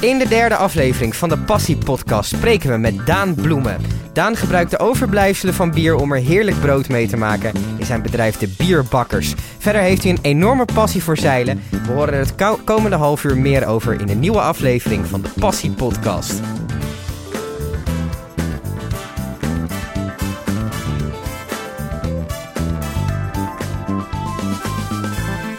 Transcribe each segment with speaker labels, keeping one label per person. Speaker 1: In de derde aflevering van de Passie Podcast spreken we met Daan Bloemen. Daan gebruikt de overblijfselen van bier om er heerlijk brood mee te maken in zijn bedrijf De Bierbakkers. Verder heeft hij een enorme passie voor zeilen. We horen er het ko- komende half uur meer over in een nieuwe aflevering van de Passie Podcast.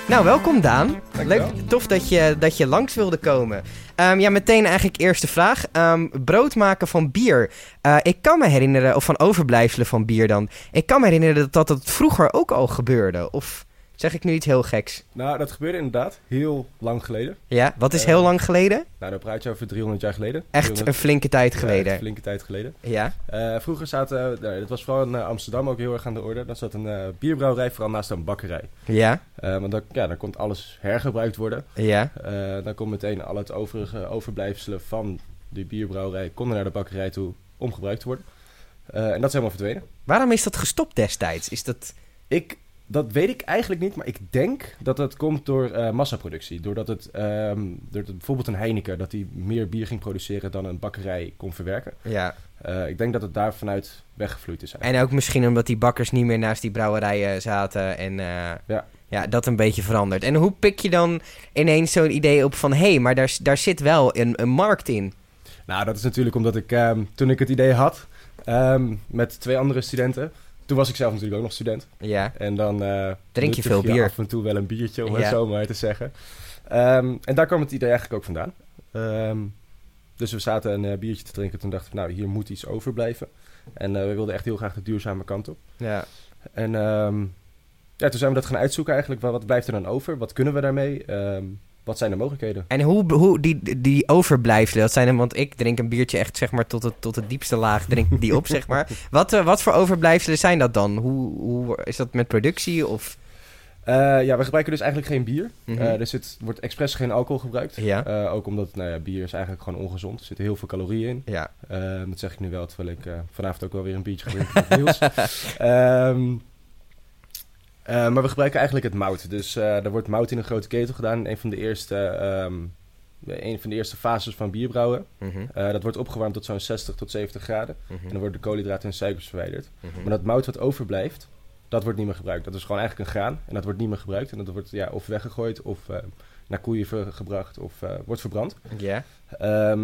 Speaker 1: Nou, welkom Daan.
Speaker 2: Dankjewel.
Speaker 1: Leuk, tof dat je, dat je langs wilde komen. Ehm, ja, meteen eigenlijk eerste vraag. Ehm, brood maken van bier. Eh, ik kan me herinneren, of van overblijfselen van bier dan. Ik kan me herinneren dat dat, dat vroeger ook al gebeurde. Of zeg ik nu iets heel geks?
Speaker 2: Nou, dat gebeurde inderdaad heel lang geleden.
Speaker 1: Ja, wat is
Speaker 2: Eh,
Speaker 1: heel lang geleden?
Speaker 2: Nou, dan praat je over 300 jaar geleden.
Speaker 1: Echt een
Speaker 2: 300
Speaker 1: flinke tijd
Speaker 2: Ja, echt
Speaker 1: geleden.
Speaker 2: flinke tijd geleden.
Speaker 1: Ja,
Speaker 2: Eh, vroeger zaten, eh, nou, dat was vooral in eh, Amsterdam ook heel erg aan de orde. Dan zat een eh, bierbrouwerij vooral naast een bakkerij.
Speaker 1: ja,
Speaker 2: Eh, want dan, ja, dan kon alles hergebruikt worden.
Speaker 1: ja.
Speaker 2: Eh, dan kon meteen al het overige overblijfselen van die bierbrouwerij konden naar de bakkerij toe om gebruikt te worden. Eh, en dat is helemaal verdwenen.
Speaker 1: Waarom is dat gestopt destijds? Is dat...
Speaker 2: Ik, dat weet ik eigenlijk niet, maar ik denk dat dat komt door eh, massaproductie. Doordat het, ehm, doordat bijvoorbeeld een Heineken, dat die meer bier ging produceren dan een bakkerij kon verwerken.
Speaker 1: Ja.
Speaker 2: Eh, ik denk dat het daar vanuit weggevloeid is. eigenlijk.
Speaker 1: En ook misschien omdat die bakkers niet meer naast die brouwerijen zaten en... eh,
Speaker 2: Ja.
Speaker 1: Ja, dat een beetje verandert. En hoe pik je dan ineens zo'n idee op van... hé, hey, maar daar, daar zit wel een, een markt in.
Speaker 2: Nou, dat is natuurlijk omdat ik, ehm, toen ik het idee had, ehm, met twee andere studenten, toen was ik zelf natuurlijk ook nog student.
Speaker 1: Ja,
Speaker 2: En dan eh,
Speaker 1: Drink je
Speaker 2: nuttig
Speaker 1: veel bier?
Speaker 2: af en toe wel een biertje, om
Speaker 1: Ja.
Speaker 2: het zo maar te zeggen. Ehm, en daar kwam het idee eigenlijk ook vandaan. Ehm, dus we zaten een eh, biertje te drinken. Toen dachten we, nou, hier moet iets overblijven. En eh, we wilden echt heel graag de duurzame kant op.
Speaker 1: ja.
Speaker 2: En ehm, ja, toen zijn we dat gaan uitzoeken eigenlijk. Wa- Wat blijft er dan over? Wat kunnen we daarmee? Ehm, wat zijn de mogelijkheden?
Speaker 1: En hoe, hoe die, die overblijfselen, dat zijn... hem- want ik drink een biertje echt zeg maar tot het, tot het diepste laag drink ik die op, zeg maar. Wat, eh, wat voor overblijfselen zijn dat dan? Hoe, hoe is dat met productie of...
Speaker 2: Eh, ja, we gebruiken dus eigenlijk geen bier.
Speaker 1: Mhm.
Speaker 2: Eh, dus het wordt expres geen alcohol gebruikt.
Speaker 1: Ja.
Speaker 2: Eh, ook omdat nou ja, bier is eigenlijk gewoon ongezond. Er zitten heel veel calorieën in.
Speaker 1: Ja,
Speaker 2: Ehm, dat zeg ik nu wel, terwijl ik eh, vanavond ook wel weer een biertje ga drinken met Niels. Ehm, eh, maar we gebruiken eigenlijk het mout. Dus eh, er wordt mout in een grote ketel gedaan. Een van de eerste, ehm, een van de eerste fases van bierbrouwen.
Speaker 1: mhm,
Speaker 2: Eh, dat wordt opgewarmd tot zo'n 60 tot 70 graden. En
Speaker 1: mhm,
Speaker 2: dan worden de koolhydraten en suikers verwijderd.
Speaker 1: mhm.
Speaker 2: Maar dat mout wat overblijft, dat wordt niet meer gebruikt. Dat is gewoon eigenlijk een graan. En dat wordt niet meer gebruikt. En dat wordt ja, of weggegooid, of eh, naar koeien ver- gebracht, of eh, wordt verbrand.
Speaker 1: Ja.
Speaker 2: Ehm,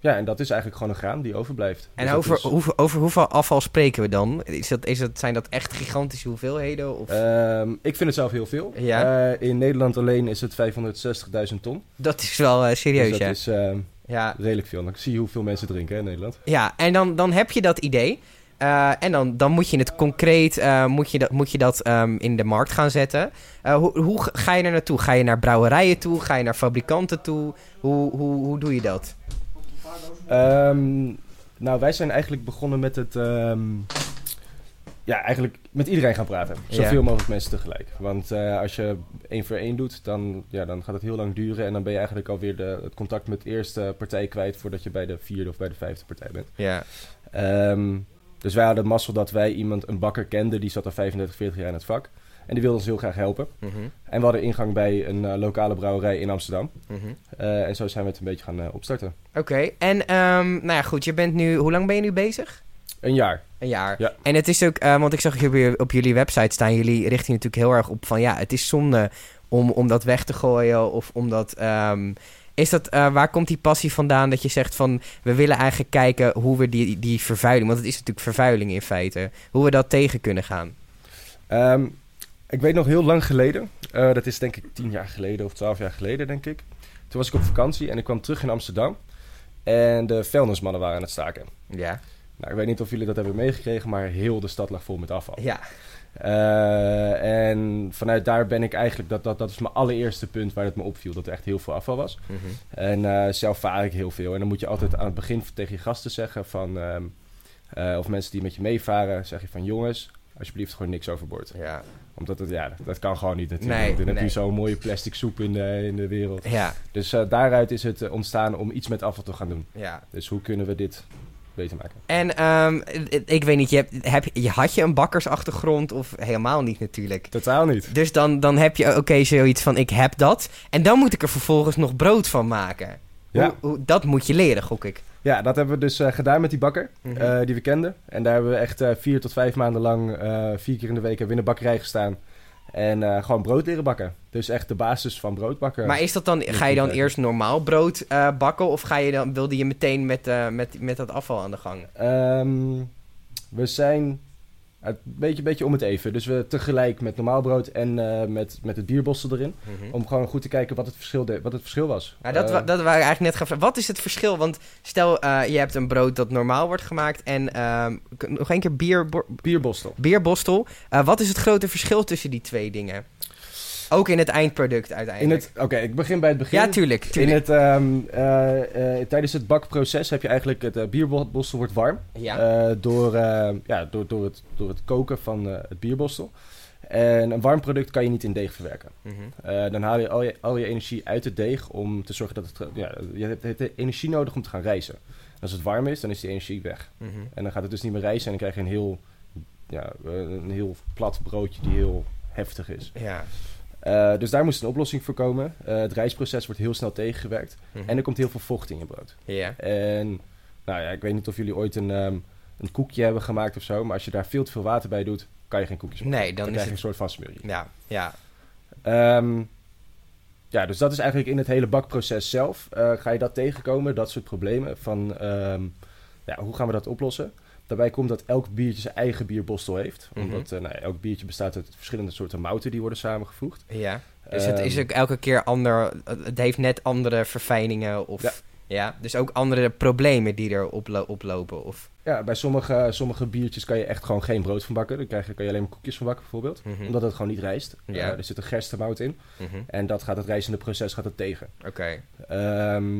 Speaker 2: ja, en dat is eigenlijk gewoon een graan die overblijft. Dus
Speaker 1: En
Speaker 2: dat
Speaker 1: over,
Speaker 2: is,
Speaker 1: hoe- over hoeveel afval spreken we dan? Is dat, is dat, zijn dat echt gigantische hoeveelheden? Of...
Speaker 2: ehm, ik vind het zelf heel veel.
Speaker 1: Ja.
Speaker 2: Eh, in Nederland alleen is het 560.000 ton.
Speaker 1: dat is wel eh, serieus,
Speaker 2: dus dat
Speaker 1: ja.
Speaker 2: is ehm,
Speaker 1: ja.
Speaker 2: redelijk veel. Dan zie je hoeveel mensen drinken hè, in Nederland.
Speaker 1: Ja, en dan, dan heb je dat idee. Eh, en dan, dan moet je het concreet eh, moet je dat, moet je dat ehm, in de markt gaan zetten. Eh, hoe, hoe g- ga je er naartoe? Ga je naar brouwerijen toe? Ga je naar fabrikanten toe? Hoe, hoe, hoe doe je dat?
Speaker 2: Ehm, nou, wij zijn eigenlijk begonnen met het... ehm, ja, eigenlijk met iedereen gaan praten.
Speaker 1: Ja.
Speaker 2: Zoveel mogelijk mensen tegelijk. Want eh, als je één voor één doet, dan, ja, dan gaat het heel lang duren. En dan ben je eigenlijk alweer de, het contact met de eerste partij kwijt... voordat je bij de vierde of bij de vijfde partij bent.
Speaker 1: Ja,
Speaker 2: Ehm, dus wij hadden mazzel dat wij iemand, een bakker kenden, die zat al 35, 40 jaar in het vak. En die wilde ons heel graag helpen. En we hadden ingang bij een eh, lokale brouwerij in Amsterdam. Eh, en zo zijn we het een beetje gaan eh, opstarten.
Speaker 1: oké. En ehm, nou ja, goed, je bent nu, hoe lang ben je nu bezig?
Speaker 2: Een jaar.
Speaker 1: Een jaar.
Speaker 2: Ja.
Speaker 1: En het is ook, eh, want ik zag jullie op jullie website staan, jullie richten je natuurlijk heel erg op van ja, het is zonde om, om dat weg te gooien of om dat. ehm, is dat, eh, waar komt die passie vandaan dat je zegt van we willen eigenlijk kijken hoe we die, die vervuiling, want het is natuurlijk vervuiling in feite, hoe we dat tegen kunnen gaan?
Speaker 2: Ehm, ik weet nog heel lang geleden, eh, dat is denk ik 10 jaar geleden of 12 jaar geleden, denk ik. Toen was ik op vakantie en ik kwam terug in Amsterdam. En de vuilnismannen waren aan het staken.
Speaker 1: Ja.
Speaker 2: Nou, ik weet niet of jullie dat hebben meegekregen, maar heel de stad lag vol met afval.
Speaker 1: Ja.
Speaker 2: Eh, en vanuit daar ben ik eigenlijk, dat, dat, dat is mijn allereerste punt waar het me opviel, dat er echt heel veel afval was. En eh, zelf vaar ik heel veel. En dan moet je altijd aan het begin tegen je gasten zeggen van, ehm, eh, of mensen die met je meevaren, zeg je van jongens, alsjeblieft gewoon niks overboord.
Speaker 1: Ja.
Speaker 2: Omdat het, ja, dat, dat kan gewoon niet natuurlijk.
Speaker 1: Nee,
Speaker 2: Dan heb
Speaker 1: nee.
Speaker 2: je zo'n mooie plastic soep in de, in de wereld.
Speaker 1: Ja.
Speaker 2: Dus eh, daaruit is het eh, ontstaan om iets met afval te gaan doen.
Speaker 1: ja.
Speaker 2: Dus hoe kunnen we dit beter maken?
Speaker 1: En ehm, ik weet niet, je, hebt, heb, je had je een bakkersachtergrond of helemaal niet natuurlijk?
Speaker 2: Totaal niet.
Speaker 1: Dus dan, dan heb je, oké, zoiets van ik heb dat. En dan moet ik er vervolgens nog brood van maken.
Speaker 2: Ja.
Speaker 1: Hoe, hoe, dat moet je leren, gok ik.
Speaker 2: Ja, dat hebben we dus eh, gedaan met die bakker
Speaker 1: Mhm.
Speaker 2: eh, die we kenden. En daar hebben we echt eh, vier tot vijf maanden lang, eh, vier keer in de week, hebben we in de bakkerij gestaan. En eh, gewoon brood leren bakken. Dus echt de basis van brood bakken.
Speaker 1: maar is dat dan, ga je dan eerst normaal brood eh, bakken? Of ga je dan, wilde je meteen met, eh, met, met dat afval aan de gang?
Speaker 2: Ehm, we zijn een beetje, beetje om het even. Dus we tegelijk met normaal brood en eh, met, met het bierbossel erin. Om gewoon goed te kijken wat het verschil, de- wat het verschil was.
Speaker 1: Mhm. Nou, dat,
Speaker 2: Eh,
Speaker 1: wa- dat waren eigenlijk net gevraagd. Wat is het verschil? Want stel, eh, je hebt een brood dat normaal wordt gemaakt en ehm, k- nog één keer bierbo-
Speaker 2: Bierborstel.
Speaker 1: bierbostel. Eh, wat is het grote verschil tussen die twee dingen? Ook in het eindproduct
Speaker 2: In
Speaker 1: uiteindelijk.
Speaker 2: het, oké, ik begin bij het begin.
Speaker 1: ja, tuurlijk.
Speaker 2: In
Speaker 1: tuurlijk.
Speaker 2: het, ehm, eh, eh, tijdens het bakproces heb je eigenlijk het eh, bierborstel wordt warm.
Speaker 1: ja.
Speaker 2: Eh, door, eh, ja, door, door, het, door het koken van eh, het bierborstel. En een warm product kan je niet in deeg verwerken.
Speaker 1: Mhm.
Speaker 2: Eh, dan haal je al, je al je energie uit het deeg om te zorgen dat het... Ja, je hebt je hebt energie nodig om te gaan rijzen. En als het warm is, dan is die energie weg.
Speaker 1: Mhm.
Speaker 2: En dan gaat het dus niet meer rijzen en dan krijg je een heel, ja, eh, een heel plat broodje die heel heftig is.
Speaker 1: Ja.
Speaker 2: Eh, dus daar moest een oplossing voor komen. Eh, het rijstproces wordt heel snel tegengewerkt.
Speaker 1: Mhm.
Speaker 2: En er komt heel veel vocht in je brood.
Speaker 1: ja.
Speaker 2: En nou ja, ik weet niet of jullie ooit een, ehm, een koekje hebben gemaakt of zo. Maar als je daar veel te veel water bij doet, kan je geen koekjes maken.
Speaker 1: Nee, dan
Speaker 2: dan
Speaker 1: is
Speaker 2: krijg je
Speaker 1: het...
Speaker 2: een soort van smurrie.
Speaker 1: Ja, ja.
Speaker 2: Ehm, ja, dus dat is eigenlijk in het hele bakproces zelf. eh, ga je dat tegenkomen, dat soort problemen. Van ehm, ja, hoe gaan we dat oplossen? Daarbij komt dat elk biertje zijn eigen bierborstel heeft.
Speaker 1: Mhm.
Speaker 2: Omdat eh, nou ja, elk biertje bestaat uit verschillende soorten mouten die worden samengevoegd.
Speaker 1: ja. Dus het is
Speaker 2: Ehm,
Speaker 1: ook elke keer ander... Het heeft net andere verfijningen of... Ja.
Speaker 2: Ja.
Speaker 1: dus ook andere problemen die er oplo- oplopen. Of,
Speaker 2: Ja, bij sommige, sommige biertjes kan je echt gewoon geen brood van bakken. Dan krijg je, kan je alleen maar koekjes van bakken bijvoorbeeld.
Speaker 1: Mhm.
Speaker 2: Omdat het gewoon niet rijst.
Speaker 1: Ja.
Speaker 2: Eh, er zit een gerstemout in.
Speaker 1: Mhm.
Speaker 2: En dat gaat het reizende proces gaat het tegen.
Speaker 1: Oké.
Speaker 2: Ehm,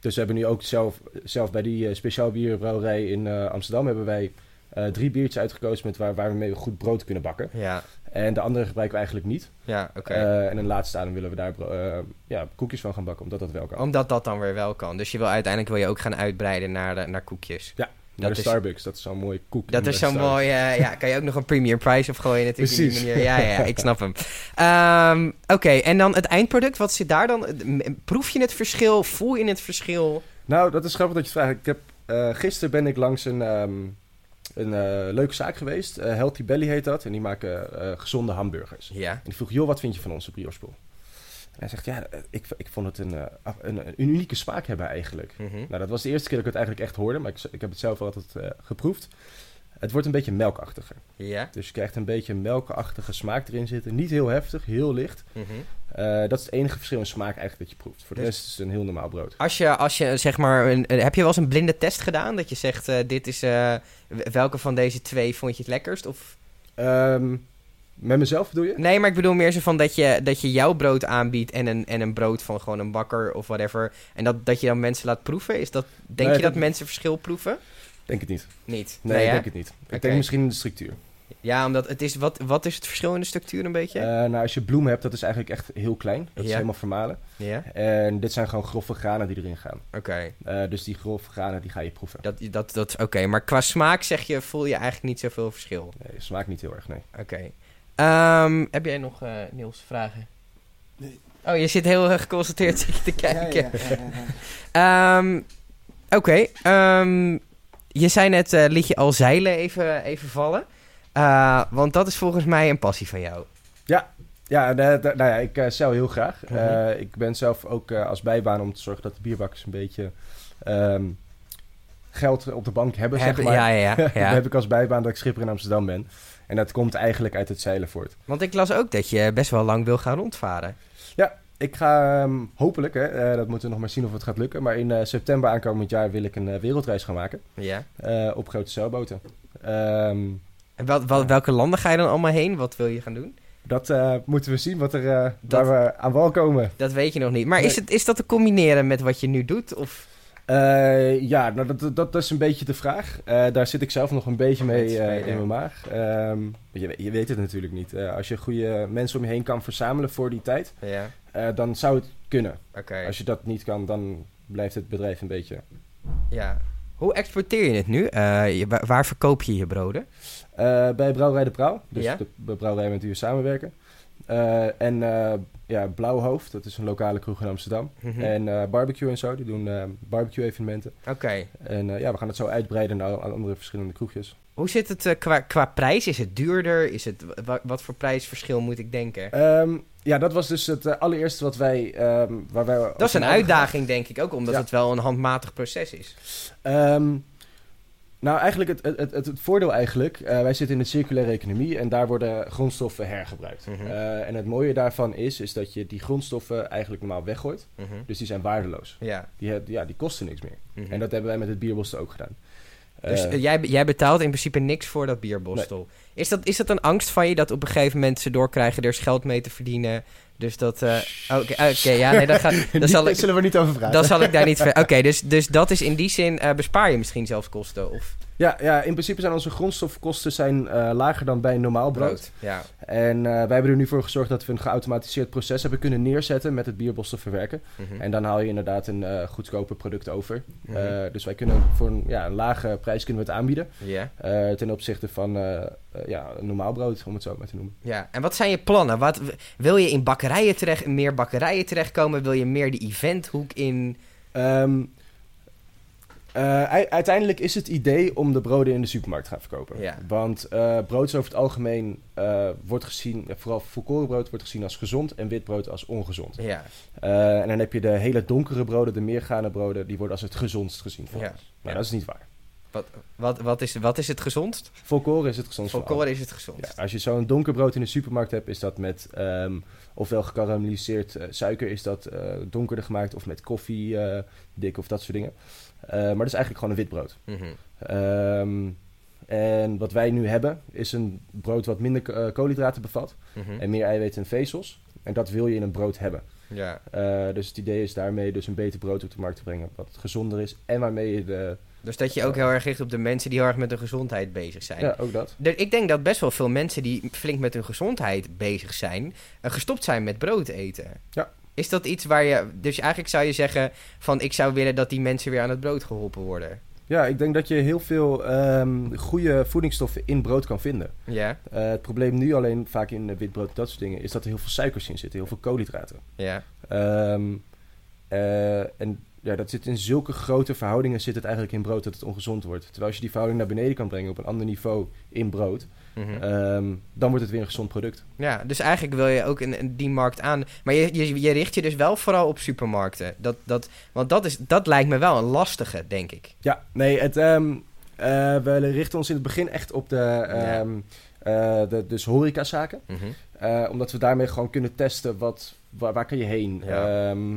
Speaker 2: dus we hebben nu ook zelf, zelf bij die eh, speciaal bierbrouwerij in eh, Amsterdam... hebben wij eh, drie biertjes uitgekozen met waar, waar we mee goed brood kunnen bakken.
Speaker 1: Ja.
Speaker 2: En de andere gebruiken we eigenlijk niet.
Speaker 1: Ja, oké.
Speaker 2: Eh, en in de laatste adem willen we daar bro- eh, ja, koekjes van gaan bakken, omdat dat wel kan.
Speaker 1: Omdat dat dan weer wel kan. Dus je wil uiteindelijk wil je ook gaan uitbreiden naar, eh, naar koekjes.
Speaker 2: Naar
Speaker 1: dat
Speaker 2: de
Speaker 1: is-
Speaker 2: Starbucks, dat is zo'n mooi koek.
Speaker 1: Dat
Speaker 2: in
Speaker 1: is
Speaker 2: de
Speaker 1: zo'n
Speaker 2: Starbucks.
Speaker 1: mooi... eh, ja, kan je ook nog een premium price opgooien natuurlijk. in die
Speaker 2: Precies.
Speaker 1: manier. Ja, ja, ik snap hem. Ehm, Oké, en dan het eindproduct. Wat zit daar dan? Proef je het verschil? Voel je het verschil?
Speaker 2: Nou, dat is grappig dat je het vraagt. Ik heb, eh, gisteren ben ik langs een, ehm, een eh, leuke zaak geweest. Eh, Healthy Belly heet dat. En die maken eh, gezonde hamburgers.
Speaker 1: Ja.
Speaker 2: En ik vroeg, joh, wat vind je van onze briochebol? En hij zegt, ja, eh, ik, ik vond het een, eh, af- een, een unieke smaak hebben eigenlijk.
Speaker 1: Mhm.
Speaker 2: Nou, dat was de eerste keer dat ik het eigenlijk echt hoorde, maar ik, ik heb het zelf altijd eh, geproefd. Het wordt een beetje melkachtiger.
Speaker 1: Ja.
Speaker 2: Dus je krijgt een beetje een melkachtige smaak erin zitten. Niet heel heftig, heel licht.
Speaker 1: Mhm.
Speaker 2: Eh, dat is het enige verschil in smaak eigenlijk dat je proeft. Voor de
Speaker 1: Dus-
Speaker 2: rest is het een heel normaal brood.
Speaker 1: Als je, als je zeg maar, een, een- heb je wel eens een blinde test gedaan? Dat je zegt, eh, dit is, eh, w- welke van deze twee vond je het lekkerst? Of...
Speaker 2: Ehm, met mezelf bedoel je?
Speaker 1: Nee, maar ik bedoel meer zo van dat je, dat je jouw brood aanbiedt en een, en een brood van gewoon een bakker of whatever. En dat, dat je dan mensen laat proeven. Is dat, denk
Speaker 2: Nee,
Speaker 1: je dat,
Speaker 2: dat-
Speaker 1: mensen verschil proeven?
Speaker 2: Denk het niet.
Speaker 1: Niet.
Speaker 2: Nee, ik
Speaker 1: hè?
Speaker 2: denk het niet. Ik
Speaker 1: Nou Oké.
Speaker 2: denk misschien in de structuur.
Speaker 1: Ja, omdat het is, wat, wat is het verschil in de structuur een beetje?
Speaker 2: Eh, nou, als je bloem hebt, dat is eigenlijk echt heel klein. Dat is
Speaker 1: Ja.
Speaker 2: helemaal vermalen.
Speaker 1: ja,
Speaker 2: En dit zijn gewoon grove granen die erin gaan.
Speaker 1: oké.
Speaker 2: Eh, dus die grove granen die ga je proeven.
Speaker 1: Dat, dat, dat, oké, maar qua smaak zeg je, voel je eigenlijk niet zoveel verschil.
Speaker 2: Nee, smaakt niet heel erg, nee.
Speaker 1: Oké. Ehm, heb jij nog, eh Niels, vragen?
Speaker 3: Nee.
Speaker 1: Oh, je zit heel eh, geconcentreerd zit je te kijken.
Speaker 3: Ja, ja, ja, ja, ja.
Speaker 1: Ehm, Oké. ehm, je zei net, eh, liet je al zeilen even, even vallen. Eh, want dat is volgens mij een passie van jou.
Speaker 2: Ja, nou, nou ja, ik eh zeil heel graag.
Speaker 1: Mhm.
Speaker 2: Eh, ik ben zelf ook eh, als bijbaan om te zorgen dat de bierbakkers een beetje ehm, geld op de bank hebben,
Speaker 1: Heb-
Speaker 2: zeg maar.
Speaker 1: Ja, ja, ja.
Speaker 2: Dat
Speaker 1: ja.
Speaker 2: heb ik als bijbaan dat ik schipper in Amsterdam ben. En dat komt eigenlijk uit het zeilen voort.
Speaker 1: Want ik las ook dat je best wel lang wil gaan rondvaren.
Speaker 2: Ik ga ehm, hopelijk, hè, eh, dat moeten we nog maar zien of het gaat lukken, maar in eh, september aankomend jaar wil ik een eh, wereldreis gaan maken
Speaker 1: Ja.
Speaker 2: eh, op grote zeilboten. Ehm,
Speaker 1: En wel, wel- welke landen ga je dan allemaal heen? Wat wil je gaan doen?
Speaker 2: dat eh, moeten we zien wat er, eh,
Speaker 1: Dat-
Speaker 2: waar we aan wal komen.
Speaker 1: Dat weet je nog niet. Maar is,
Speaker 2: Nee.
Speaker 1: het, is dat te combineren met wat je nu doet? Of...
Speaker 2: Eh, ja, nou, dat, dat, dat is een beetje de vraag. Eh, daar zit ik zelf nog een beetje mee
Speaker 1: Mensen
Speaker 2: eh,
Speaker 1: spelen.
Speaker 2: in mijn maag. Ehm, je, we- je weet het natuurlijk niet. Eh, als je goede mensen om je heen kan verzamelen voor die tijd,
Speaker 1: Ja,
Speaker 2: eh, dan zou het kunnen.
Speaker 1: oké.
Speaker 2: Als je dat niet kan, dan blijft het bedrijf een beetje.
Speaker 1: Ja. Hoe exporteer je het nu? Eh, je- wa- waar verkoop je je broden?
Speaker 2: Eh, bij Brouwerij de Praal, dus
Speaker 1: Ja.
Speaker 2: de, de brouwerij met wie we samenwerken. Eh, en eh, ja, Blauwhoofd, dat is een lokale kroeg in Amsterdam.
Speaker 1: Mhm.
Speaker 2: En eh, barbecue en zo, die doen eh, barbecue-evenementen.
Speaker 1: Oké.
Speaker 2: En eh, ja, we gaan het zo uitbreiden naar aan andere verschillende kroegjes.
Speaker 1: Hoe zit het eh, qua, qua prijs? Is het duurder? Is het, wa- wat voor prijsverschil moet ik denken?
Speaker 2: Ehm, ja, dat was dus het eh, allereerste wat wij... ehm, waar wij
Speaker 1: Dat is een uitdaging, denk ik ook, omdat
Speaker 2: Ja.
Speaker 1: het wel een handmatig proces is.
Speaker 2: Ehm, nou, eigenlijk het, het, het, het voordeel eigenlijk, eh, wij zitten in de circulaire economie en daar worden grondstoffen hergebruikt.
Speaker 1: Mhm.
Speaker 2: Eh, en het mooie daarvan is, is dat je die grondstoffen eigenlijk normaal weggooit. Dus die zijn waardeloos.
Speaker 1: Ja.
Speaker 2: Die, heb- ja, die kosten niks meer.
Speaker 1: Mhm.
Speaker 2: En dat hebben wij met het bierbos ook gedaan.
Speaker 1: Dus
Speaker 2: Eh,
Speaker 1: eh, jij, jij betaalt in principe niks voor dat bierbostel. Is, dat, is dat een angst van je dat op een gegeven moment ze doorkrijgen er is geld mee te verdienen? Dus dat. eh, Oké, oké, ja, nee, dat, gaat,
Speaker 3: Die
Speaker 1: dat, zal, ik,
Speaker 3: zullen we niet over praten.
Speaker 1: dat zal ik daar niet. ver- Oké, dus, dus dat is in die zin eh, bespaar je misschien zelfs kosten of
Speaker 2: ja, ja, in principe zijn onze grondstofkosten zijn, eh, lager dan bij normaal brood.
Speaker 1: brood. Ja.
Speaker 2: En eh, wij hebben er nu voor gezorgd dat we een geautomatiseerd proces hebben kunnen neerzetten met het bierbos te verwerken.
Speaker 1: Mhm.
Speaker 2: En dan haal je inderdaad een eh goedkoper product over.
Speaker 1: Mhm.
Speaker 2: Eh, dus wij kunnen voor een, ja, een lage prijs kunnen we het aanbieden.
Speaker 1: ja.
Speaker 2: eh, ten opzichte van eh, eh, ja, een normaal brood, om het zo maar te noemen.
Speaker 1: Ja, en wat zijn je plannen? Wat, w- wil je in bakkerijen terecht, in meer bakkerijen terechtkomen? Wil je meer de eventhoek in?
Speaker 2: Ehm, eh, ui- uiteindelijk is het idee om de broden in de supermarkt te gaan verkopen.
Speaker 1: Ja.
Speaker 2: Want eh, brood is over het algemeen eh, wordt gezien, eh, vooral volkorenbrood wordt gezien als gezond en wit brood als ongezond.
Speaker 1: Ja,
Speaker 2: Eh, en dan heb je de hele donkere broden, de meergane broden, die worden als het gezondst gezien.
Speaker 1: ja.
Speaker 2: volgens. Nou, dat is niet waar.
Speaker 1: Wat, wat, is, wat is het gezondst?
Speaker 2: Volkoren is het gezondst van
Speaker 1: Voor
Speaker 2: alle.
Speaker 1: koren is het gezond.
Speaker 2: Ja, als je zo'n donker brood in de supermarkt hebt, is dat met ehm, ofwel gekarameliseerd eh, suiker, is dat eh, donkerder gemaakt, of met koffie, eh, dik of dat soort dingen. Eh, maar dat is eigenlijk gewoon een wit brood.
Speaker 1: Mhm.
Speaker 2: Ehm, en wat wij nu hebben, is een brood wat minder eh, koolhydraten bevat
Speaker 1: Mhm.
Speaker 2: en meer eiwitten en vezels. En dat wil je in een brood hebben.
Speaker 1: Ja.
Speaker 2: Eh, dus het idee is daarmee dus een beter brood op de markt te brengen, wat gezonder is en waarmee je de...
Speaker 1: Dus dat je ook heel erg richt op de mensen die heel erg met hun gezondheid bezig zijn.
Speaker 2: Ja, ook dat.
Speaker 1: Er- ik denk dat best wel veel mensen die flink met hun gezondheid bezig zijn, eh, gestopt zijn met brood eten.
Speaker 2: Ja.
Speaker 1: Is dat iets waar je. Dus eigenlijk zou je zeggen: van ik zou willen dat die mensen weer aan het brood geholpen worden.
Speaker 2: Ja, ik denk dat je heel veel ehm, goede voedingsstoffen in brood kan vinden.
Speaker 1: Ja,
Speaker 2: Eh, het probleem nu alleen vaak in eh, witbrood en dat soort dingen is dat er heel veel suikers in zitten, heel veel koolhydraten.
Speaker 1: ja.
Speaker 2: Ehm, eh, en ja, dat zit in zulke grote verhoudingen zit het eigenlijk in brood dat het ongezond wordt. Terwijl als je die verhouding naar beneden kan brengen op een ander niveau in brood,
Speaker 1: Mhm.
Speaker 2: ehm, dan wordt het weer een gezond product.
Speaker 1: Ja, dus eigenlijk wil je ook in, in die markt aan. Maar je, je, je richt je dus wel vooral op supermarkten. Dat, dat, want dat, is, dat lijkt me wel een lastige, denk ik.
Speaker 2: Ja, nee, het, ehm, eh, we richten ons in het begin echt op de, ehm eh, de dus horecazaken. Eh, omdat we daarmee gewoon kunnen testen wat, waar, waar kan je heen?
Speaker 1: Ja.
Speaker 2: Ehm,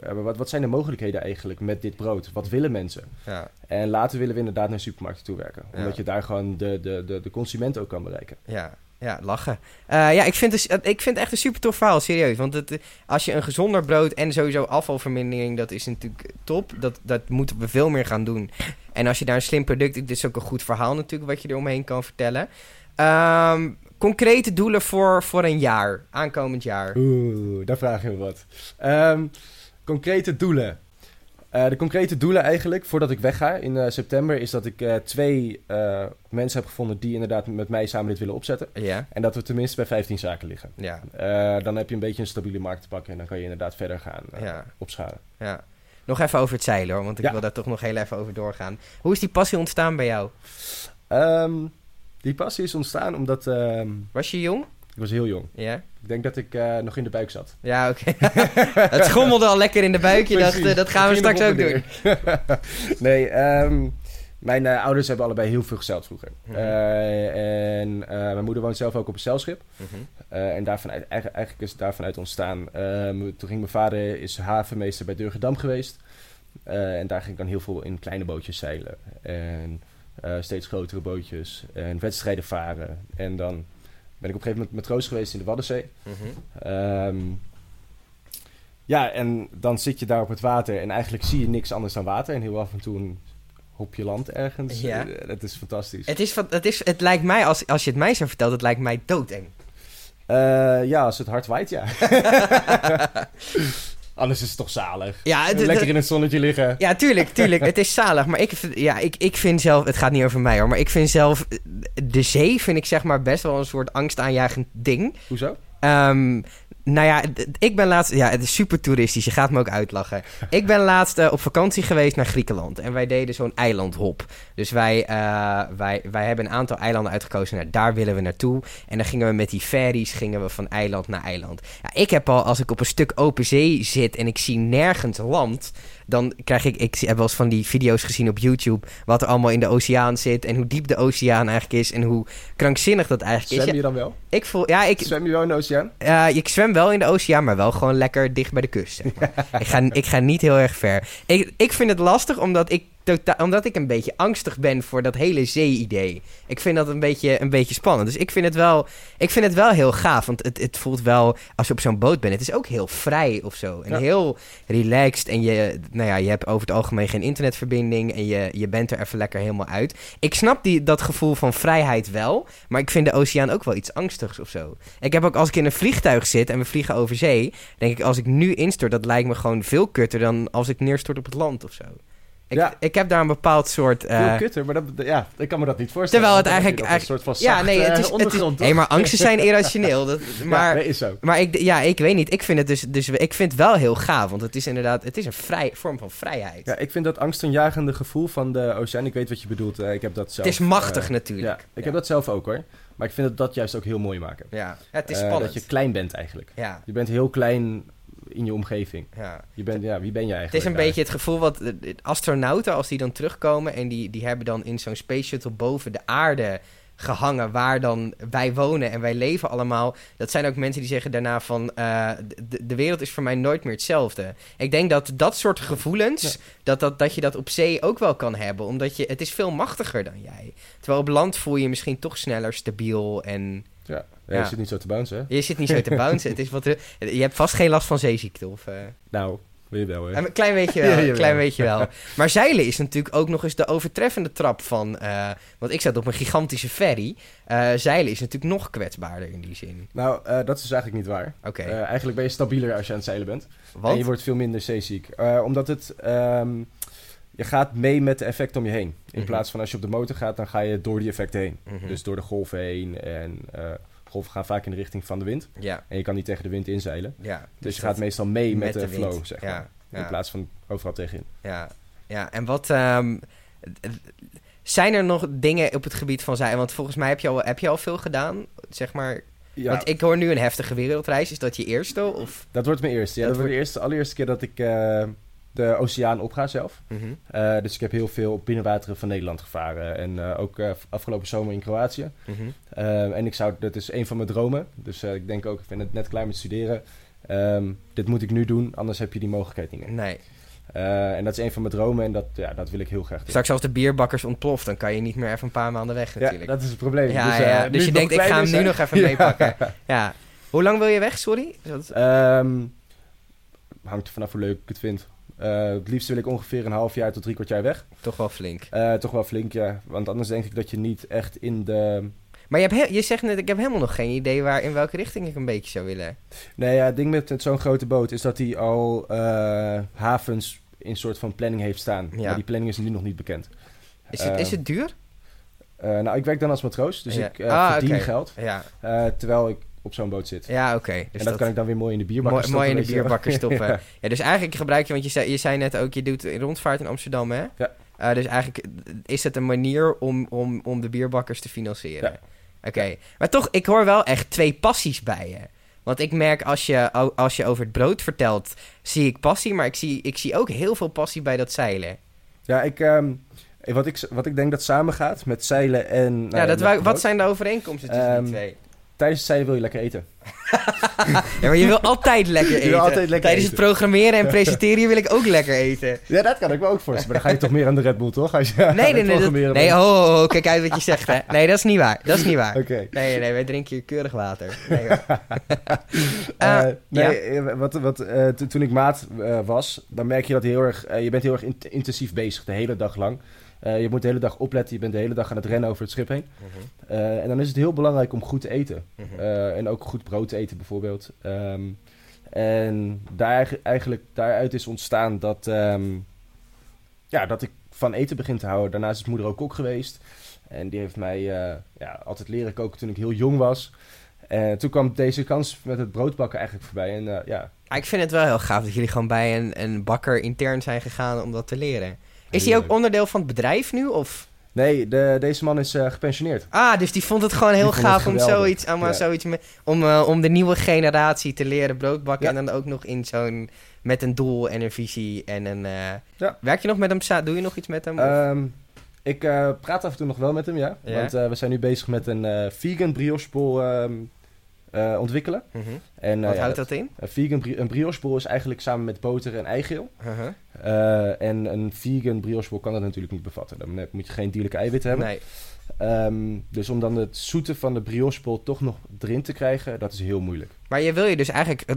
Speaker 2: eh, wat, wat zijn de mogelijkheden eigenlijk met dit brood? Wat willen mensen?
Speaker 1: Ja,
Speaker 2: En later willen we inderdaad naar supermarkten toe werken.
Speaker 1: Ja.
Speaker 2: Omdat je daar gewoon de, de, de, de consument ook kan bereiken.
Speaker 1: ja, ja lachen. Eh, ja, ik vind, het, ik vind het echt een super tof verhaal, serieus. Want het, eh, als je een gezonder brood en sowieso afvalvermindering, dat is natuurlijk top. Dat, dat moeten we veel meer gaan doen. En als je daar een slim product... Dit is ook een goed verhaal natuurlijk, wat je eromheen kan vertellen. Ehm, concrete doelen voor, voor een jaar, aankomend jaar.
Speaker 2: Oeh, daar vraag je me wat. Ehm, concrete doelen. Eh, de concrete doelen eigenlijk, voordat ik wegga in eh, september, is dat ik eh, twee eh, mensen heb gevonden die inderdaad met mij samen dit willen opzetten.
Speaker 1: Ja,
Speaker 2: En dat we tenminste bij 15 zaken liggen.
Speaker 1: ja,
Speaker 2: Eh, dan heb je een beetje een stabiele markt te pakken en dan kan je inderdaad verder gaan eh,
Speaker 1: ja.
Speaker 2: opschalen.
Speaker 1: Ja. Nog even over het zeilen hoor, want ik
Speaker 2: Ja.
Speaker 1: wil daar toch nog heel even over doorgaan. Hoe is die passie ontstaan bij jou?
Speaker 2: Ehm, die passie is ontstaan omdat ehm,
Speaker 1: Was je jong?
Speaker 2: ik was heel jong.
Speaker 1: Ja?
Speaker 2: Ik denk dat ik eh, nog in de buik zat.
Speaker 1: Ja, oké. het schommelde al lekker in de buik. Je dacht,
Speaker 2: Precies.
Speaker 1: eh, dat gaan we
Speaker 2: Ging
Speaker 1: straks
Speaker 2: nog
Speaker 1: ook
Speaker 2: op en
Speaker 1: doen.
Speaker 2: neer. nee, ehm, mijn eh, ouders hebben allebei heel veel gezeild vroeger.
Speaker 1: Mhm.
Speaker 2: Eh, en eh, mijn moeder woont zelf ook op een zeilschip.
Speaker 1: Mhm.
Speaker 2: Eh, en daarvan uit, eigen- eigenlijk is het daarvan uit ontstaan. Ehm, toen ging mijn vader, is havenmeester bij Durgedam geweest. Eh, en daar ging ik dan heel veel in kleine bootjes zeilen. En eh, steeds grotere bootjes. En wedstrijden varen. En dan ben ik op een gegeven moment matroos geweest in de Waddenzee.
Speaker 1: Mhm.
Speaker 2: Ehm, ja, en dan zit je daar op het water en eigenlijk zie je niks anders dan water. En heel af en toe een hopje land ergens.
Speaker 1: Ja.
Speaker 2: Eh, dat is fantastisch.
Speaker 1: Het, is, van- het, is, het lijkt mij, als, als je het mij zo vertelt, het lijkt mij doodeng.
Speaker 2: Eh, ja, als het hard waait, ja. anders is het toch zalig.
Speaker 1: Ja, het- het-
Speaker 2: Lekker in het zonnetje liggen.
Speaker 1: Ja, tuurlijk, tuurlijk. Het is zalig. Maar ik, vind- ja, ik, ik vind zelf... Het gaat niet over mij hoor. Maar ik vind zelf... eh, De zee vind ik zeg maar best wel een soort angstaanjagend ding.
Speaker 2: Hoezo?
Speaker 1: Ehm, Nou ja, d- ik ben laatst... Ja, het is super toeristisch. Je gaat me ook uitlachen. Ik ben laatst eh, op vakantie geweest naar Griekenland. En wij deden zo'n eilandhop. Dus wij, eh, wij, wij hebben een aantal eilanden uitgekozen. Nou, daar willen we naartoe. En dan gingen we met die ferries gingen we van eiland naar eiland. Ja, ik heb al, als ik op een stuk open zee zit en ik zie nergens land... Dan krijg ik... Ik heb wel eens van die video's gezien op YouTube... wat er allemaal in de oceaan zit... en hoe diep de oceaan eigenlijk is... en hoe krankzinnig dat eigenlijk is.
Speaker 2: Zwem
Speaker 1: Ja,
Speaker 2: je dan wel?
Speaker 1: ik voel... Ja, ik,
Speaker 2: Zwem je wel in de oceaan?
Speaker 1: eh, ik zwem wel in de oceaan, maar wel gewoon lekker dicht bij de kust. Zeg maar. ik, ga, ik ga niet heel erg ver. Ik, ik vind het lastig omdat ik, tota- omdat ik een beetje angstig ben voor dat hele zee-idee. Ik vind dat een beetje, een beetje spannend. Dus ik vind het wel, ik vind het wel heel gaaf. Want het, het voelt wel, als je op zo'n boot bent, het is ook heel vrij of zo. En
Speaker 2: Ja.
Speaker 1: heel relaxed. En je, nou ja, je hebt over het algemeen geen internetverbinding. En je, je bent er even lekker helemaal uit. Ik snap die, dat gevoel van vrijheid wel. Maar ik vind de oceaan ook wel iets angstigs of zo. Ik heb ook als ik in een vliegtuig zit en we vliegen over zee. Denk ik, als ik nu instort, dat lijkt me gewoon veel kutter dan als ik neerstort op het land of zo. Ik,
Speaker 2: Ja.
Speaker 1: ik heb daar een bepaald soort. eh,
Speaker 2: Heel kutter, maar dat, ja, ik kan me dat niet voorstellen.
Speaker 1: Terwijl het
Speaker 2: Dan heb je
Speaker 1: eigenlijk-
Speaker 2: nog Een soort van
Speaker 1: ja, nee, het is. Het is
Speaker 2: ondergrond,
Speaker 1: nee,
Speaker 2: toch?
Speaker 1: maar angsten zijn irrationeel. Dat, maar
Speaker 2: Ja, nee, is zo.
Speaker 1: maar ik, ja, ik weet niet. Ik vind het dus, dus. Ik vind het wel heel gaaf. Want het is inderdaad. Het is een vrij, vorm van vrijheid.
Speaker 2: Ja, ik vind dat angstaanjagende gevoel van de oceaan, ik weet wat je bedoelt, eh, ik heb dat zelf.
Speaker 1: het is machtig
Speaker 2: eh,
Speaker 1: natuurlijk.
Speaker 2: Ja, ik
Speaker 1: Ja.
Speaker 2: heb dat zelf ook hoor. Maar ik vind dat dat juist ook heel mooi maken.
Speaker 1: Ja. Ja, het is
Speaker 2: Eh,
Speaker 1: spannend.
Speaker 2: dat je klein bent eigenlijk.
Speaker 1: Ja.
Speaker 2: Je bent heel klein in je omgeving.
Speaker 1: ja.
Speaker 2: Je bent, ja, wie ben je
Speaker 1: Het is
Speaker 2: eigenlijk?
Speaker 1: een beetje het gevoel wat eh, astronauten, als die dan terugkomen en die, die hebben dan in zo'n space shuttle boven de aarde gehangen waar dan wij wonen en wij leven allemaal. Dat zijn ook mensen die zeggen daarna van eh, de, de wereld is voor mij nooit meer hetzelfde. Ik denk dat dat soort gevoelens,
Speaker 2: Ja.
Speaker 1: dat, dat, dat je dat op zee ook wel kan hebben, omdat je, het is veel machtiger dan jij. Terwijl op land voel je je misschien toch sneller stabiel en
Speaker 2: Ja.
Speaker 1: Ja.
Speaker 2: Ja, Eh, Je zit niet zo te bouncen, hè?
Speaker 1: je zit niet zo te bouncen. het is wat, ru- je hebt vast geen last van zeeziekte of... eh,
Speaker 2: Nou, wil je wel hoor.
Speaker 1: een klein beetje
Speaker 2: Ja,
Speaker 1: wel,
Speaker 2: jawel.
Speaker 1: klein beetje wel. Maar zeilen is natuurlijk ook nog eens de overtreffende trap van... eh, want ik zat op een gigantische ferry. Eh, zeilen is natuurlijk nog kwetsbaarder in die zin.
Speaker 2: Nou, eh, dat is dus eigenlijk niet waar.
Speaker 1: Oké,
Speaker 2: Eh, eigenlijk ben je stabieler als je aan het zeilen bent. En
Speaker 1: want...
Speaker 2: je wordt veel minder zeeziek. Eh, omdat het... ehm, je gaat mee met de effecten om je heen. In
Speaker 1: Mhm.
Speaker 2: plaats van als je op de motor gaat, dan ga je door die effecten heen.
Speaker 1: Mhm.
Speaker 2: Dus door de golven heen. En eh, golven gaan vaak in de richting van de wind.
Speaker 1: Ja,
Speaker 2: En je kan niet tegen de wind inzeilen. Dus,
Speaker 1: ja. Dus,
Speaker 2: je
Speaker 1: dat-
Speaker 2: gaat meestal mee met, de,
Speaker 1: wind.
Speaker 2: flow, zeg maar.
Speaker 1: Ja,
Speaker 2: In
Speaker 1: ja,
Speaker 2: plaats van overal tegenin.
Speaker 1: ja, ja. En wat... ehm, d- d- zijn er nog dingen op het gebied van zeilen? Want volgens mij heb je al, heb je al veel gedaan, zeg maar.
Speaker 2: Ja,
Speaker 1: Want ik hoor nu een heftige wereldreis. Is dat je eerste? Of...
Speaker 2: dat wordt mijn eerste. Ja,
Speaker 1: Dat
Speaker 2: dat, wordt de eerste, allereerste keer dat ik eh, de oceaan opga zelf.
Speaker 1: Mhm.
Speaker 2: Eh, dus ik heb heel veel op binnenwateren van Nederland gevaren. En eh, ook eh, afgelopen zomer in Kroatië.
Speaker 1: Mhm.
Speaker 2: Ehm, en ik zou, dat is een van mijn dromen. Dus eh, ik denk ook, ik ben het net klaar met studeren. Ehm, dit moet ik nu doen, anders heb je die mogelijkheid niet meer.
Speaker 1: Nee.
Speaker 2: Eh, en dat is een van mijn dromen en dat, ja, dat wil ik heel graag doen.
Speaker 1: Straks als de bierbakkers ontploft, dan kan je niet meer even een paar maanden weg natuurlijk.
Speaker 2: Ja, dat is het probleem.
Speaker 1: Ja,
Speaker 2: dus
Speaker 1: ja,
Speaker 2: eh,
Speaker 1: ja.
Speaker 2: nu
Speaker 1: dus
Speaker 2: het
Speaker 1: je
Speaker 2: nog
Speaker 1: denkt, ik
Speaker 2: klein
Speaker 1: ga hem
Speaker 2: is,
Speaker 1: nu
Speaker 2: hè?
Speaker 1: nog even meepakken. Ja. Hoe lang wil je weg, sorry? Is dat-
Speaker 2: Ehm, hangt er vanaf hoe leuk ik het vind. Eh, het liefst wil ik ongeveer een half jaar tot drie kwart jaar weg.
Speaker 1: Toch wel flink.
Speaker 2: Eh, toch wel flink, ja. Want anders denk ik dat je niet echt in de...
Speaker 1: Maar je, hebt he- je zegt net, ik heb helemaal nog geen idee waar, in welke richting ik een beetje zou willen.
Speaker 2: Nee, ja, het ding met, met zo'n grote boot is dat hij al eh, havens in soort van planning heeft staan.
Speaker 1: Ja.
Speaker 2: Maar die planning is nu nog niet bekend.
Speaker 1: Is het, is
Speaker 2: Ehm,
Speaker 1: het duur?
Speaker 2: eh, nou, ik werk dan als matroos, dus
Speaker 1: Ja.
Speaker 2: ik eh,
Speaker 1: Ah,
Speaker 2: verdien
Speaker 1: oké.
Speaker 2: geld
Speaker 1: Ja,
Speaker 2: eh, terwijl ik op zo'n boot zit.
Speaker 1: ja oké. Dus
Speaker 2: en dat, kan ik dan weer mooi in de bierbakken
Speaker 1: mooi,
Speaker 2: stoppen,
Speaker 1: mooi in de
Speaker 2: weet je wel.
Speaker 1: bierbakker stoppen. ja. dus eigenlijk gebruik je, want je zei, je zei net ook, je doet een rondvaart in Amsterdam, hè?
Speaker 2: Ja.
Speaker 1: Eh, dus eigenlijk is het een manier om, om, om de bierbakkers te financieren.
Speaker 2: Ja.
Speaker 1: Oké, maar toch, ik hoor wel echt twee passies bij je. Want ik merk als je, o- als je over het brood vertelt, zie ik passie, maar ik zie, ik zie ook heel veel passie bij dat zeilen.
Speaker 2: Ja, ik, ehm, wat, ik, wat ik denk dat samengaat met zeilen en... nou
Speaker 1: ja,
Speaker 2: ja,
Speaker 1: dat
Speaker 2: met
Speaker 1: wou-
Speaker 2: de boot.
Speaker 1: wat zijn de overeenkomsten tussen
Speaker 2: Ehm,
Speaker 1: die twee?
Speaker 2: Tijdens het zeilen wil je lekker eten.
Speaker 1: Ja, maar je wil altijd lekker
Speaker 2: je wil
Speaker 1: eten.
Speaker 2: altijd lekker
Speaker 1: Tijdens het programmeren en presenteren wil ik ook lekker eten.
Speaker 2: Ja, dat kan ik me ook voorstellen. Maar dan ga je toch meer aan de Red Bull, toch? Als je aan
Speaker 1: Nee, nee,
Speaker 2: het
Speaker 1: nee. dat-
Speaker 2: programmeren
Speaker 1: nee,
Speaker 2: bent.
Speaker 1: oh, oh, oh, kijk uit wat je zegt, hè. Nee, dat is niet waar. Dat is niet waar.
Speaker 2: Oké.
Speaker 1: Nee, nee, nee, wij drinken hier keurig water. Nee, hoor.
Speaker 2: Eh,
Speaker 1: Eh,
Speaker 2: nee, eh, wat, wat, eh, to- toen ik maat eh, was, dan merk je dat heel erg, eh, je bent heel erg int- intensief bezig de hele dag lang. Eh, je moet de hele dag opletten, je bent de hele dag aan het rennen over het schip heen. Eh, en dan is het heel belangrijk om goed te eten. Eh, en ook goed brood te eten bijvoorbeeld. Ehm, en daar, eigenlijk daaruit is ontstaan dat, ehm, ja, dat ik van eten begin te houden. Daarnaast is moeder ook kok geweest. En die heeft mij eh, ja, altijd leren koken toen ik heel jong was. En toen kwam deze kans met het broodbakken eigenlijk voorbij. En eh, ja,
Speaker 1: Ah, ik vind het wel heel gaaf dat jullie gewoon bij een, een bakker intern zijn gegaan om dat te leren. Is die ook
Speaker 2: Heerlijk.
Speaker 1: onderdeel van het bedrijf nu? Of?
Speaker 2: nee, de, deze man is eh, gepensioneerd.
Speaker 1: Ah, dus die vond het gewoon heel
Speaker 2: Die vond het
Speaker 1: gaaf om
Speaker 2: geweldig.
Speaker 1: zoiets, om, eh,
Speaker 2: Ja.
Speaker 1: zoiets me- om, eh, om de nieuwe generatie te leren broodbakken.
Speaker 2: Ja.
Speaker 1: En dan ook nog in zo'n. met een doel en een visie en een. eh,
Speaker 2: Ja.
Speaker 1: Werk je nog met hem? sa- Doe je nog iets met hem? Of-
Speaker 2: Ehm, ik eh, praat af en toe nog wel met hem, ja.
Speaker 1: Ja.
Speaker 2: Want eh, we zijn nu bezig met een eh, vegan briochebol ehm, eh, ontwikkelen.
Speaker 1: Mhm.
Speaker 2: En, eh,
Speaker 1: Wat
Speaker 2: ja,
Speaker 1: houdt dat in?
Speaker 2: Een vegan bri- een briochebol is eigenlijk samen met boter en eigeel.
Speaker 1: Uh-huh.
Speaker 2: Eh, en een vegan briochebol kan dat natuurlijk niet bevatten. Dan heb- moet je geen dierlijke eiwitten hebben.
Speaker 1: Nee.
Speaker 2: Ehm, dus om dan het zoete van de briochebol toch nog erin te krijgen, dat is heel moeilijk.
Speaker 1: Maar je wil je dus eigenlijk. eh,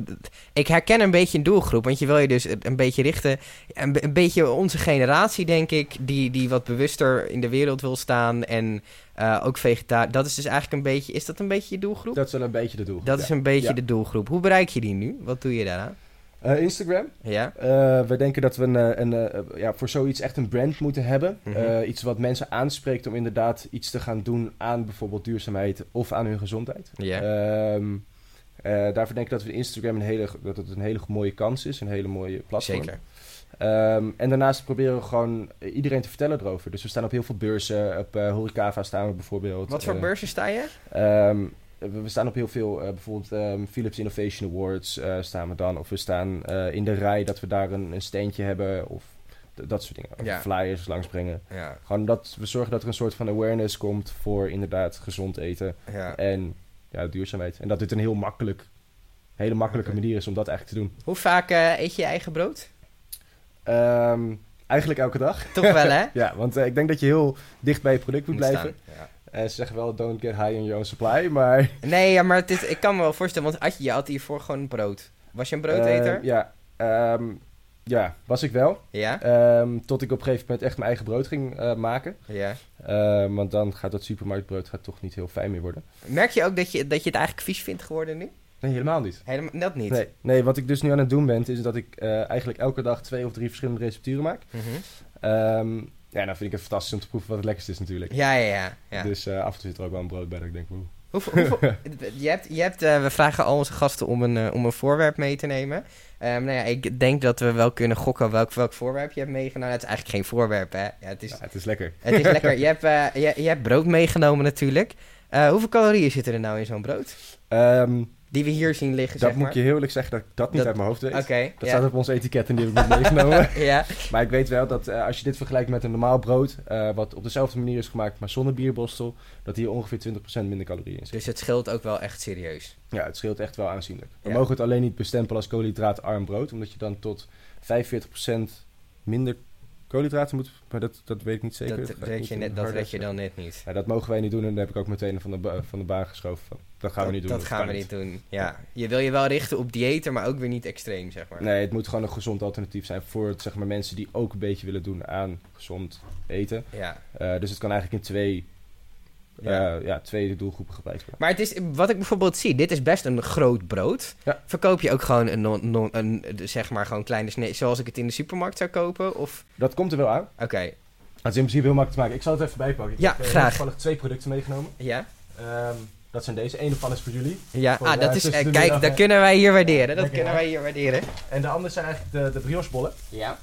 Speaker 1: Ik herken een beetje een doelgroep. Want je wil je dus eh, een beetje richten. Een, be- een beetje onze generatie, denk ik. Die, die wat bewuster in de wereld wil staan. En eh, ook vegetarisch. Dat is dus eigenlijk een beetje. Is dat een beetje je doelgroep? Dat,
Speaker 2: Dat is wel een beetje de doel.
Speaker 1: is een beetje
Speaker 2: Ja.
Speaker 1: de doelgroep. Hoe bereik je die nu? Wat doe je daaraan?
Speaker 2: Instagram.
Speaker 1: Ja.
Speaker 2: Eh, we denken dat we een, eh, een, eh, ja, voor zoiets echt een brand moeten hebben.
Speaker 1: Mhm.
Speaker 2: Eh, iets wat mensen aanspreekt om inderdaad iets te gaan doen aan bijvoorbeeld duurzaamheid of aan hun gezondheid.
Speaker 1: Ja.
Speaker 2: Ehm, eh, daarvoor denk ik dat we Instagram een hele, dat het een hele mooie kans is, een hele mooie platform.
Speaker 1: Zeker.
Speaker 2: Ehm, en daarnaast proberen we gewoon iedereen te vertellen erover. Dus we staan op heel veel beurzen, op eh Horecava staan we bijvoorbeeld.
Speaker 1: Wat voor
Speaker 2: Eh,
Speaker 1: beurzen sta je?
Speaker 2: Ehm, we we staan op heel veel, eh, bijvoorbeeld ehm, Philips Innovation Awards eh, staan we dan. Of we staan eh, in de rij dat we daar een, een steentje hebben. Of d- dat soort dingen. Of
Speaker 1: Ja.
Speaker 2: flyers langsbrengen.
Speaker 1: Ja,
Speaker 2: Gewoon dat we zorgen dat er een soort van awareness komt voor inderdaad gezond eten.
Speaker 1: ja.
Speaker 2: En ja, duurzaamheid. En dat dit een heel makkelijk, hele makkelijke
Speaker 1: Oké.
Speaker 2: manier is om dat eigenlijk te doen.
Speaker 1: Hoe vaak eh, eet je je eigen brood?
Speaker 2: Ehm, eigenlijk elke dag.
Speaker 1: Toch wel, hè?
Speaker 2: Ja, want eh, ik denk dat je heel dicht bij je product moet,
Speaker 1: Moet
Speaker 2: blijven.
Speaker 1: staan, ja.
Speaker 2: Eh, ze zeggen wel, don't get high on your own supply. Maar
Speaker 1: Nee, ja, maar het is- ik kan me wel voorstellen. Want had je, je had hiervoor gewoon brood. Was je een broodeter?
Speaker 2: Eh, ja, ehm, ja, was ik wel.
Speaker 1: ja.
Speaker 2: Ehm, tot ik op een gegeven moment echt mijn eigen brood ging eh, maken.
Speaker 1: Ja.
Speaker 2: Ehm, want dan gaat dat supermarktbrood gaat toch niet heel fijn meer worden.
Speaker 1: Merk je ook dat je, dat je het eigenlijk vies vindt geworden nu?
Speaker 2: Nee, helemaal niet.
Speaker 1: Helemaal dat niet.
Speaker 2: Nee, nee, wat ik dus nu aan het doen ben, is dat ik eh, eigenlijk elke dag twee of drie verschillende recepturen maak.
Speaker 1: Mhm.
Speaker 2: Ehm, ja, dan vind ik het fantastisch om te proeven wat het lekkerst is natuurlijk.
Speaker 1: Ja, ja, ja. ja.
Speaker 2: Dus eh, af en toe zit er ook wel een brood bij dat ik denk, oeh.
Speaker 1: Hoeveel, hoeveel, je hebt, je hebt, eh, we vragen al onze gasten om een, eh, om een voorwerp mee te nemen. Ehm, nou ja, ik denk dat we wel kunnen gokken welk, welk voorwerp je hebt meegenomen. Nou, Het is eigenlijk geen voorwerp, hè? Ja, het, is,
Speaker 2: Ja, het is lekker.
Speaker 1: het is lekker. Je hebt, eh, je, je hebt brood meegenomen natuurlijk. Eh, hoeveel calorieën zitten er nou in zo'n brood?
Speaker 2: Ehm,
Speaker 1: Die we hier zien liggen,
Speaker 2: dat
Speaker 1: zeg
Speaker 2: moet
Speaker 1: maar.
Speaker 2: ik je heel eerlijk zeggen dat ik dat niet
Speaker 1: Dat-
Speaker 2: uit mijn hoofd weet.
Speaker 1: Oké. ja.
Speaker 2: Dat staat op ons etiket en die heb ik niet meegenomen.
Speaker 1: ja.
Speaker 2: Maar ik weet wel dat eh, als je dit vergelijkt met een normaal brood, eh, wat op dezelfde manier is gemaakt, maar zonder bierborstel, dat hier ongeveer 20% minder calorieën in zit.
Speaker 1: Dus het scheelt ook wel echt serieus.
Speaker 2: Ja, het scheelt echt wel aanzienlijk. We
Speaker 1: Ja.
Speaker 2: mogen het alleen niet bestempelen als koolhydraatarm brood, omdat je dan tot 45% minder koolhydraten moet. Maar dat, dat weet ik niet zeker.
Speaker 1: dat
Speaker 2: ga ik
Speaker 1: weet
Speaker 2: niet
Speaker 1: je,
Speaker 2: in
Speaker 1: net,
Speaker 2: de
Speaker 1: dat
Speaker 2: harde-
Speaker 1: weet je dan net niet.
Speaker 2: Ja, dat mogen wij niet doen en daar heb ik ook meteen van de, ba- van de baan geschoven. Van, dat gaan we niet
Speaker 1: Dat-
Speaker 2: doen.
Speaker 1: Dat gaan
Speaker 2: kan
Speaker 1: we niet doen. Ja. Je wil je wel richten op diëten, maar ook weer niet extreem, zeg maar.
Speaker 2: Nee, het moet gewoon een gezond alternatief zijn voor zeg maar, mensen die ook een beetje willen doen aan gezond eten.
Speaker 1: Ja.
Speaker 2: Eh, dus het kan eigenlijk in twee,
Speaker 1: Ja.
Speaker 2: ja. ja, twee doelgroepen gebruikt worden.
Speaker 1: Maar het is, wat ik bijvoorbeeld zie, dit is best een groot brood.
Speaker 2: Ja.
Speaker 1: Verkoop je ook gewoon een, non, non- een eh, zeg maar gewoon kleine snee, zoals ik het in de supermarkt zou kopen? Of,
Speaker 2: Dat komt er wel aan.
Speaker 1: oké,
Speaker 2: Het is in principe heel makkelijk te maken. Ik zal het even bijpakken. Ik
Speaker 1: Ja,
Speaker 2: heb, eh,
Speaker 1: graag.
Speaker 2: toevallig twee producten meegenomen.
Speaker 1: ja?
Speaker 2: Ehm, dat zijn deze. Eén daarvan is voor jullie.
Speaker 1: Ja,
Speaker 2: Voor,
Speaker 1: ah,
Speaker 2: eh,
Speaker 1: dat is,
Speaker 2: tussen
Speaker 1: eh,
Speaker 2: de
Speaker 1: kijk,
Speaker 2: middag,
Speaker 1: dat
Speaker 2: hè.
Speaker 1: kunnen wij hier waarderen. Dat
Speaker 2: Lekker,
Speaker 1: kunnen
Speaker 2: hè?
Speaker 1: wij hier waarderen.
Speaker 2: En de andere zijn eigenlijk de, de briochebolle.
Speaker 1: Ja,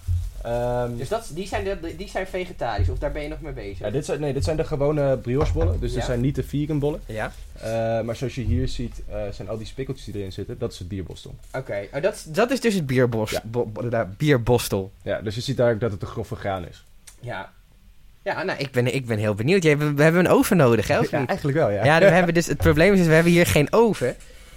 Speaker 1: dus
Speaker 2: Ehm,
Speaker 1: dat, die, zijn die zijn vegetarisch, of daar ben je nog mee
Speaker 2: ja,
Speaker 1: bezig?
Speaker 2: dit, zijn, nee, dit zijn de gewone briochebollen. Dus
Speaker 1: Ja.
Speaker 2: dit zijn niet de vegan bollen.
Speaker 1: Ja,
Speaker 2: Eh, maar zoals je hier ziet, eh, zijn al die spikkeltjes die erin zitten. Dat is het bierbostel.
Speaker 1: oké. Oh, dat, is- dat is dus het bierbos,
Speaker 2: Ja.
Speaker 1: bo- bo- da- bierbostel.
Speaker 2: Ja, dus je ziet eigenlijk dat het een grove graan is.
Speaker 1: Ja. Ja, nou, ik ben, ik ben heel benieuwd. Jij, we, we hebben een oven nodig, hè? Of
Speaker 2: Ja,
Speaker 1: niet?
Speaker 2: eigenlijk wel, ja.
Speaker 1: Ja, we hebben dus, het probleem is, dus we hebben hier geen oven.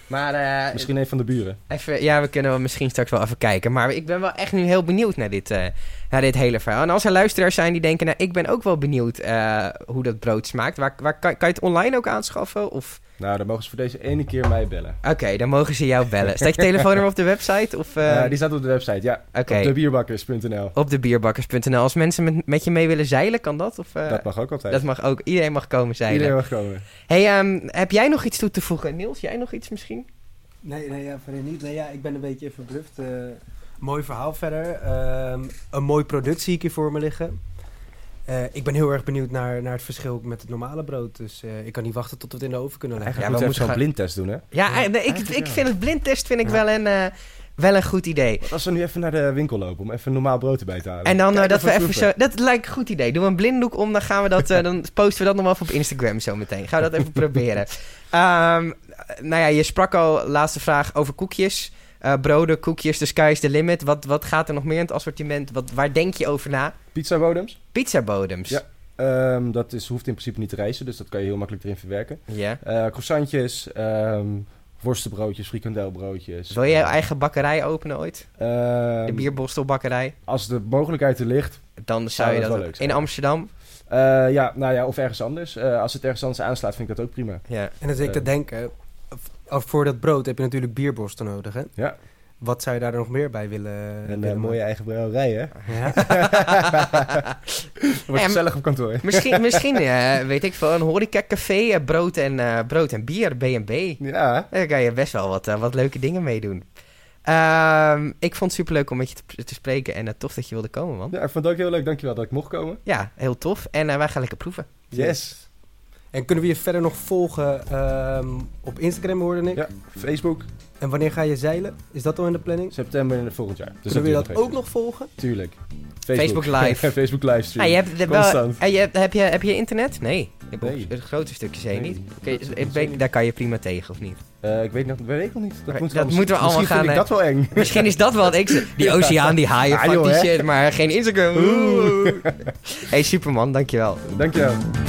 Speaker 1: Maar eh,
Speaker 2: Misschien een van de buren.
Speaker 1: even, ja, we kunnen wel misschien straks wel even kijken. Maar ik ben wel echt nu heel benieuwd naar dit, eh, naar dit hele verhaal. En als er luisteraars zijn die denken, nou, ik ben ook wel benieuwd eh, hoe dat brood smaakt. Waar, waar, kan, kan je het online ook aanschaffen? Of...
Speaker 2: Nou, dan mogen ze voor deze ene keer mij bellen.
Speaker 1: Oké, dan mogen ze jou bellen. Staat je telefoonnummer op de website? Of, eh,
Speaker 2: Eh, die staat op de website, ja.
Speaker 1: Oké.
Speaker 2: Op debierbakkers.nl.
Speaker 1: Op de bierbakkers.nl. Als mensen met, met je mee willen zeilen, kan dat? Of, eh,
Speaker 2: dat mag ook altijd.
Speaker 1: dat mag ook. Iedereen mag komen zeilen.
Speaker 2: Iedereen mag komen.
Speaker 1: Hey, ehm, heb jij nog iets toe te voegen? Niels, jij nog iets misschien?
Speaker 3: Nee, nee ja, verder niet. Nee, ja, ik ben een beetje verbluft. Eh, mooi verhaal verder. Ehm, een mooi product zie ik hier voor me liggen.
Speaker 4: Eh, ik ben heel erg benieuwd naar, naar het verschil met het normale brood. Dus eh, ik kan niet wachten tot we het in de oven kunnen leggen.
Speaker 2: Eigenlijk
Speaker 1: we
Speaker 2: moeten we
Speaker 1: moeten
Speaker 2: zo'n
Speaker 1: gaan-
Speaker 2: blindtest doen, hè?
Speaker 1: Ja,
Speaker 4: Ja,
Speaker 1: eh, nee, ik,
Speaker 2: eigenlijk
Speaker 1: ik
Speaker 2: wel.
Speaker 1: vind het blindtest vind ik wel, een, eh, wel een goed idee.
Speaker 2: Want als we nu even naar de winkel lopen om even normaal brood erbij te halen.
Speaker 1: En dan eh,
Speaker 2: Kijk
Speaker 1: dat
Speaker 2: of
Speaker 1: we even
Speaker 2: proeven.
Speaker 1: zo... Dat lijkt een goed idee. Doen we een blinddoek om, dan, gaan we dat, eh, dan posten we dat nog wel even op Instagram zo meteen. Gaan we dat even proberen. Ehm, nou ja, je sprak al, laatste vraag, over koekjes. Eh, broden, koekjes, the sky is the limit. Wat, wat gaat er nog meer in het assortiment? Wat, waar denk je over na?
Speaker 2: Pizza bodems.
Speaker 1: Pizzabodems.
Speaker 2: Ja. Ehm, dat is, hoeft in principe niet te rijzen, dus dat kan je heel makkelijk erin verwerken.
Speaker 1: Ja.
Speaker 2: Eh croissantjes, ehm, worstenbroodjes, frikandelbroodjes.
Speaker 1: Wil je je eigen bakkerij openen ooit?
Speaker 2: Ehm,
Speaker 1: De bierbostelbakkerij?
Speaker 2: als de mogelijkheid er ligt.
Speaker 1: Dan zou je
Speaker 2: dat
Speaker 1: dat...
Speaker 2: wel leuk zijn,
Speaker 1: in
Speaker 2: ja.
Speaker 1: Amsterdam?
Speaker 2: Eh, ja, nou ja, of ergens anders. Eh, als het ergens anders aanslaat, vind ik dat ook prima.
Speaker 1: Ja.
Speaker 4: En dan zit ik te
Speaker 2: Eh.
Speaker 4: denken, v- af- voor dat brood heb je natuurlijk bierborsten nodig, hè?
Speaker 2: Ja.
Speaker 4: Wat zou je daar nog meer bij willen?
Speaker 2: En
Speaker 4: willen
Speaker 2: een eh, mooie eigen brouwerij, hè?
Speaker 4: maken? Ja?
Speaker 2: Wordt
Speaker 1: Ja,
Speaker 2: gezellig op kantoor.
Speaker 1: Misschien, misschien eh, weet ik veel, een horecacafé, eh, brood, en, eh, brood en bier, B&B.
Speaker 2: Ja.
Speaker 1: Daar kan je best wel wat, eh, wat leuke dingen mee doen. Ehm, ik vond het superleuk om met je te, te spreken en eh, tof dat je wilde komen, man.
Speaker 2: ja, ik vond het ook heel leuk. Dankjewel dat ik mocht komen.
Speaker 1: Ja, heel tof. En eh, wij gaan lekker proeven.
Speaker 2: Yes.
Speaker 4: En kunnen we je verder nog volgen ehm, op Instagram, hoorde ik?
Speaker 2: Ja. Facebook,
Speaker 4: En wanneer ga je zeilen? Is dat al in de planning?
Speaker 2: september volgend jaar. Dus
Speaker 4: kunnen we je
Speaker 2: duurt
Speaker 4: dat ook nog volgen?
Speaker 2: even. Tuurlijk.
Speaker 1: Facebook Live.
Speaker 2: Facebook livestream.
Speaker 1: Ah, je hebt, de- wel,
Speaker 2: Constant.
Speaker 1: eh, je hebt, heb, je, heb je internet? Nee. Je hebt
Speaker 2: Nee.
Speaker 1: op het grote stukje zee
Speaker 2: Nee.
Speaker 1: niet. Oké, dus,
Speaker 2: Dat
Speaker 1: ik
Speaker 2: is
Speaker 1: weet-
Speaker 2: niet.
Speaker 1: daar kan je prima tegen, of niet?
Speaker 2: Eh, ik weet nog, weet ik nog niet. Dat,
Speaker 1: Maar
Speaker 2: moeten we,
Speaker 1: dat
Speaker 2: allemaal-
Speaker 1: moeten we allemaal
Speaker 2: misschien
Speaker 1: gaan,
Speaker 2: vind
Speaker 1: hè.
Speaker 2: ik dat wel eng.
Speaker 1: Misschien is dat wat ik... Die oceaan, die haaien,
Speaker 2: Ja,
Speaker 1: fuck
Speaker 2: joh,
Speaker 1: die
Speaker 2: hè.
Speaker 1: shit, maar geen Instagram. Oeh. hey, Superman, dankjewel.
Speaker 2: Dankjewel.